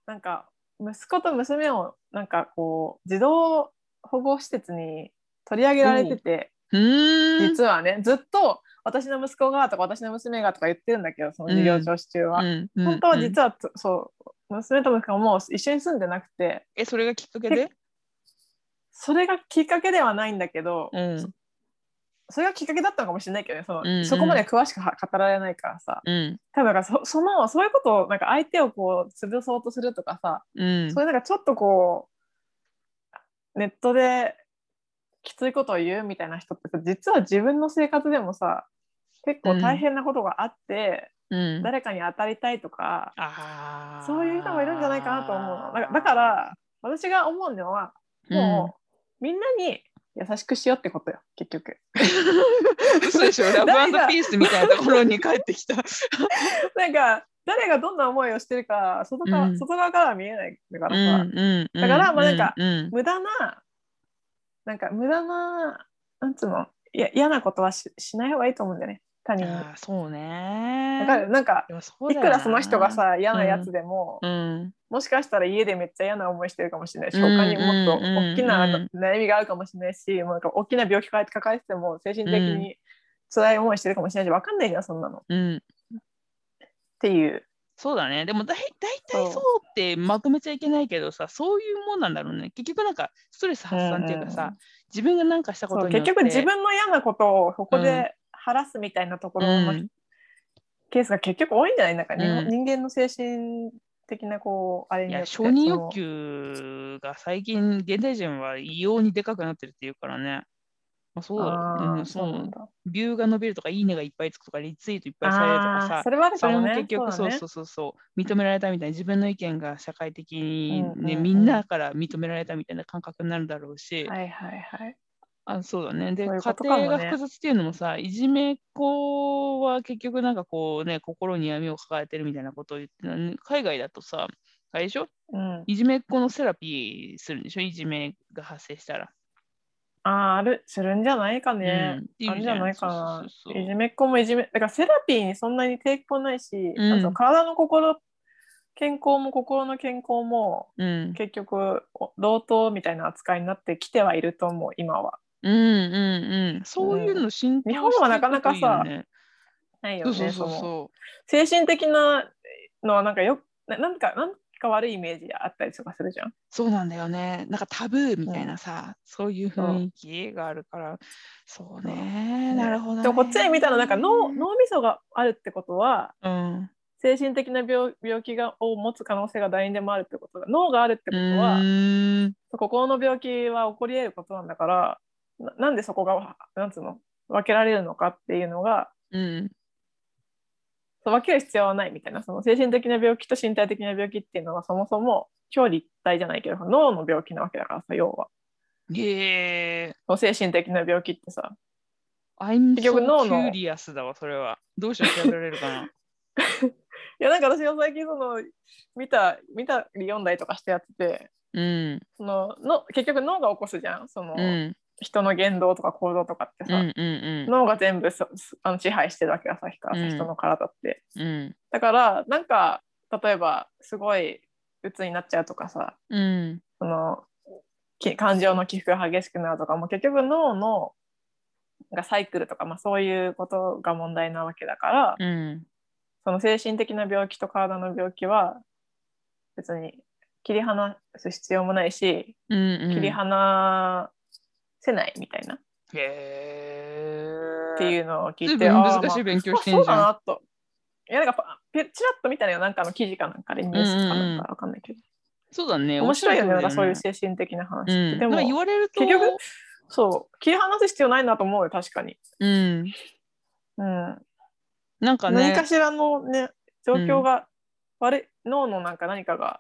Speaker 1: なんか息子と娘をなんかこう児童保護施設に取り上げられてて、
Speaker 2: うーん
Speaker 1: 実はねずっと私の息子がとか私の娘がとか言ってるんだけどその事業聴取中は、
Speaker 2: うんうん
Speaker 1: 本当は
Speaker 2: うん
Speaker 1: 実はつ、そう娘と息子はもう一緒に住んでなくて
Speaker 2: えそれがきっかけで、
Speaker 1: それがきっかけではないんだけど、
Speaker 2: うん
Speaker 1: それがきっかけだったのかもしれないけどねその、
Speaker 2: うんうん
Speaker 1: そこまで詳しくは語られないからさ
Speaker 2: うん
Speaker 1: 多分なんかそそのそういうことをなんか相手をこう潰そうとするとかさ、
Speaker 2: うん
Speaker 1: そういうなんかちょっとこうネットできついことを言うみたいな人ってさ実は自分の生活でもさ結構大変なことがあって、
Speaker 2: うん、
Speaker 1: 誰かに当たりたいとか、
Speaker 2: あー
Speaker 1: そういう人もいるんじゃないかなと思うのだからだから私が思うのはもう、みんなに優しくしようってことよ結局。
Speaker 2: うん、 嘘でしょラ
Speaker 1: 誰が
Speaker 2: ブピースみたいなところに帰って きた。
Speaker 1: なんか誰がどんな思いをしてるか外か、
Speaker 2: うん
Speaker 1: 外側からは見えないか
Speaker 2: う
Speaker 1: らさ、
Speaker 2: んうんうん
Speaker 1: だからまあなんか
Speaker 2: うんうん
Speaker 1: 無駄ななんか無駄ななんつうのいや嫌なことはししない方がいいと思うんだよね他人に。
Speaker 2: あーそう
Speaker 1: だ
Speaker 2: ね。
Speaker 1: からなんか
Speaker 2: でもそう
Speaker 1: い
Speaker 2: だ
Speaker 1: く
Speaker 2: よな
Speaker 1: らその人が、さ嫌なやつでも、
Speaker 2: うん、
Speaker 1: もしかしたら家でめっちゃ嫌な思いしてるかもしれないし、
Speaker 2: うん
Speaker 1: 他にもっと
Speaker 2: うん
Speaker 1: 大きな
Speaker 2: うん
Speaker 1: 悩みがあるかもしれないし、もうなんか大きな病気抱えてても精神的に辛い思いしてるかもしれないし分かんないじゃんそんなの。っ
Speaker 2: うん、
Speaker 1: ていう。
Speaker 2: そうだね。でもだい大
Speaker 1: そ
Speaker 2: 体
Speaker 1: う
Speaker 2: そうってまとめちゃいけないけどさ、そういうもんなんだろうね。結局なんかストレス発散っていうかさ、
Speaker 1: うんうん
Speaker 2: 自分がなんかしたこ
Speaker 1: そ
Speaker 2: と
Speaker 1: う
Speaker 2: によ
Speaker 1: 結
Speaker 2: って
Speaker 1: 局自分の嫌なことをここ
Speaker 2: うん
Speaker 1: で晴らすみたいなところのケースが結局多いんじゃないなんか日本、
Speaker 2: うん
Speaker 1: 人間の精神的なこうあれ
Speaker 2: うん、い
Speaker 1: によ
Speaker 2: や
Speaker 1: って
Speaker 2: 承認欲求が最近現代人は異様にでかくなってるっていうからね。まあ、そ
Speaker 1: そう
Speaker 2: だろう、
Speaker 1: う
Speaker 2: うん、
Speaker 1: そう
Speaker 2: そ
Speaker 1: なん
Speaker 2: う
Speaker 1: だ
Speaker 2: ビューが伸びるとか、いいねがいっぱいつくとか、リツイートいっぱいされるとか
Speaker 1: あー
Speaker 2: さ
Speaker 1: そ、れはある
Speaker 2: そ
Speaker 1: か
Speaker 2: れ
Speaker 1: も
Speaker 2: も
Speaker 1: ね
Speaker 2: 結局そう
Speaker 1: だね
Speaker 2: そうそうそう、認められたみたいな自分の意見が社会的に、ね
Speaker 1: うんうんうん
Speaker 2: みんなから認められたみたいな感覚になるだろうし、
Speaker 1: はいはいはい
Speaker 2: あそうだねで
Speaker 1: そういうこ
Speaker 2: 家
Speaker 1: とかもね
Speaker 2: 庭が複雑っていうのもさいじめっ子は結局なんかこうね心に闇を抱えてるみたいなことを言ってたね海外だとさあれでしょ
Speaker 1: うん、
Speaker 2: いじめっ子のセラピーするんでしょいじめが発生したら。
Speaker 1: あーあるするんじゃないかね、
Speaker 2: うん
Speaker 1: あるんじゃないかな
Speaker 2: そうそうそうそう
Speaker 1: いじめっ子もいじめだからセラピーにそんなに抵抗ないし、
Speaker 2: うん
Speaker 1: あと体の心健康も心の健康も
Speaker 2: うん。
Speaker 1: 結局お同等みたいな扱いになってきてはいると思う今は
Speaker 2: うんうんうん。そういうの浸透
Speaker 1: 日本はなかなかさ
Speaker 2: していくといいよね
Speaker 1: ないよ
Speaker 2: そ
Speaker 1: ね
Speaker 2: うそうそう
Speaker 1: の
Speaker 2: そ
Speaker 1: 精神的なのはなんかよななんかなんか悪いイメージあったりとかするじゃん
Speaker 2: う。そうなんだよね。なんかタブーみたいなさ、そういう雰囲気があるから、そうね。なるほど、ね。
Speaker 1: でもこっちで見たらなんか脳脳みそがあるってことは
Speaker 2: うん。
Speaker 1: 精神的な病病気がを持つ可能性が誰にでもあるってことだ脳があるってことは、
Speaker 2: うーん
Speaker 1: 心の病気は起こり得ることなんだからななんでそこがなんつうの分けられるのかっていうのが
Speaker 2: うん。
Speaker 1: そう分ける必要はないみたいなその精神的な病気と身体的な病気っていうのはそもそも表裏一体じゃないけど脳の病気なわけだからさ要は
Speaker 2: ええ
Speaker 1: その精神的な病気ってさ
Speaker 2: ー。I'm
Speaker 1: 結局
Speaker 2: so
Speaker 1: 脳の
Speaker 2: curious だわ、それは。どうしよう調べられるかな。
Speaker 1: いやなんか私が最近その見た見たり読んだりとかしてやってて
Speaker 2: うん。
Speaker 1: そのの結局脳が起こすじゃんその、
Speaker 2: うん。うん
Speaker 1: 人の言動とか行動とかって
Speaker 2: う
Speaker 1: さ、
Speaker 2: んうん
Speaker 1: 脳が全部そそあの支配してるわけがさからさ
Speaker 2: うん
Speaker 1: 人の体って、
Speaker 2: うん。
Speaker 1: だからなんか例えばすごい鬱になっちゃうとかさ
Speaker 2: うん。
Speaker 1: そのき感情の起伏が激しくなるとかも結局脳のがサイクルとか、まあ、そういうことが問題なわけだから、
Speaker 2: うん。
Speaker 1: その精神的な病気と体の病気は別に切り離す必要もないし
Speaker 2: うん。
Speaker 1: 切り離せないみたいな、
Speaker 2: へ
Speaker 1: っ
Speaker 2: ー
Speaker 1: ていうのを聞
Speaker 2: 随
Speaker 1: いて、
Speaker 2: 分
Speaker 1: あー
Speaker 2: 難しい勉強して
Speaker 1: ま
Speaker 2: ん
Speaker 1: あ
Speaker 2: じゃん
Speaker 1: そうだなと。いやなんかパペチラッと見たのよなんかの記事かなんかでニュースかなんかわかんないけど、
Speaker 2: そうだね。
Speaker 1: 面白いよね
Speaker 2: 面
Speaker 1: なんかそういう
Speaker 2: だ
Speaker 1: 精神的な話って、
Speaker 2: よねうん、
Speaker 1: で
Speaker 2: で
Speaker 1: も、
Speaker 2: も言われると
Speaker 1: 結局そう切り離す必要ないなと思うよ確かに、
Speaker 2: うん、
Speaker 1: うん
Speaker 2: なんか
Speaker 1: 何
Speaker 2: ね
Speaker 1: かしらのね状況が悪い、脳のなんか何かが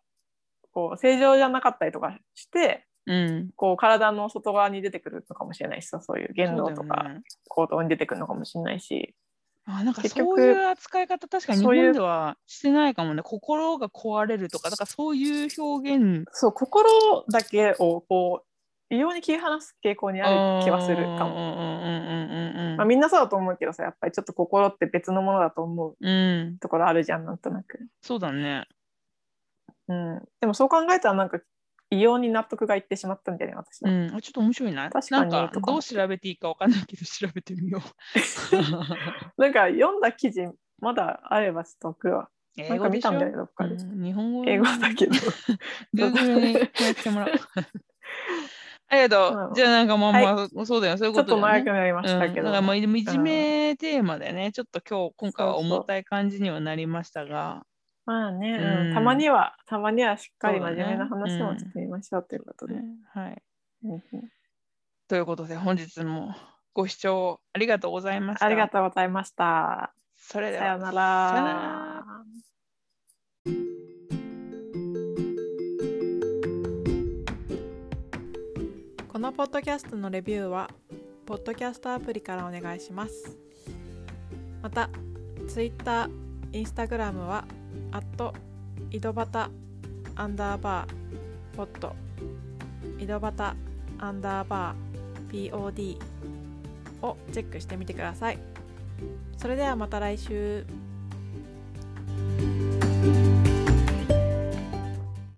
Speaker 1: こう正常じゃなかったりとかして
Speaker 2: うん
Speaker 1: こう体の外側に出てくるのかもしれないしさそういう言動と
Speaker 2: そうだよ
Speaker 1: か
Speaker 2: ね
Speaker 1: 行動に出てくるのかもしれないし、
Speaker 2: あなんか
Speaker 1: 結
Speaker 2: そ
Speaker 1: 局
Speaker 2: ういう扱い方確かに日
Speaker 1: そういう
Speaker 2: 本ではしてないかもね心が壊れるとかだからそういう表現
Speaker 1: そう心だけをこう異様に切り離す傾向にある気はするかも、まあ、
Speaker 2: も
Speaker 1: みんなそうだと思うけどさやっぱりちょっと心って別のものだと思う
Speaker 2: うん
Speaker 1: ところあるじゃんなんとなく、
Speaker 2: そうだね
Speaker 1: うん、でもそう考えたらなんか異様に納得がいってしまったみたいな私
Speaker 2: う
Speaker 1: の、
Speaker 2: んあちょっと面白いな
Speaker 1: 確かに
Speaker 2: なんか
Speaker 1: とか
Speaker 2: どう調べていいかわかんないけど調べてみよう
Speaker 1: なんか読んだ記事まだあればちょっと送るわ な ん
Speaker 2: 英
Speaker 1: か
Speaker 2: 語で
Speaker 1: 見
Speaker 2: しょ
Speaker 1: たんだよねどっかで、
Speaker 2: うん日本語
Speaker 1: 英語だけど
Speaker 2: Google に翻訳してもらおう。 ありがと
Speaker 1: う
Speaker 2: う。
Speaker 1: ん
Speaker 2: じゃあなんかまあまあ、そうだよ。そういう
Speaker 1: ちょ
Speaker 2: こ
Speaker 1: っ
Speaker 2: と
Speaker 1: と長
Speaker 2: だよ
Speaker 1: く
Speaker 2: ね。
Speaker 1: なりましたけ
Speaker 2: うん、だ
Speaker 1: ど、
Speaker 2: からまあでもいじめテーマでね、ちょっと今日今回は
Speaker 1: そうそう
Speaker 2: 重たい感じにはなりましたが、
Speaker 1: まあね、
Speaker 2: う
Speaker 1: うんん、たまにはたまにはしっかり真面目な
Speaker 2: そうだね
Speaker 1: 話もしてみましょうということで、
Speaker 2: ねはい。
Speaker 1: うんうん
Speaker 2: ということで本日もご視聴ありがとうございました。
Speaker 1: ありがとうございました。
Speaker 2: それ
Speaker 1: さ
Speaker 2: で
Speaker 1: よ
Speaker 2: は
Speaker 1: うな
Speaker 2: さようなら
Speaker 1: ら。
Speaker 3: このポッドキャストのレビューはポッドキャストアプリからお願いしますまた Twitter、Instagram は井戸端アンダーバーポッド井戸端アンダーバー POD をチェックしてみてくださいそれではまた来週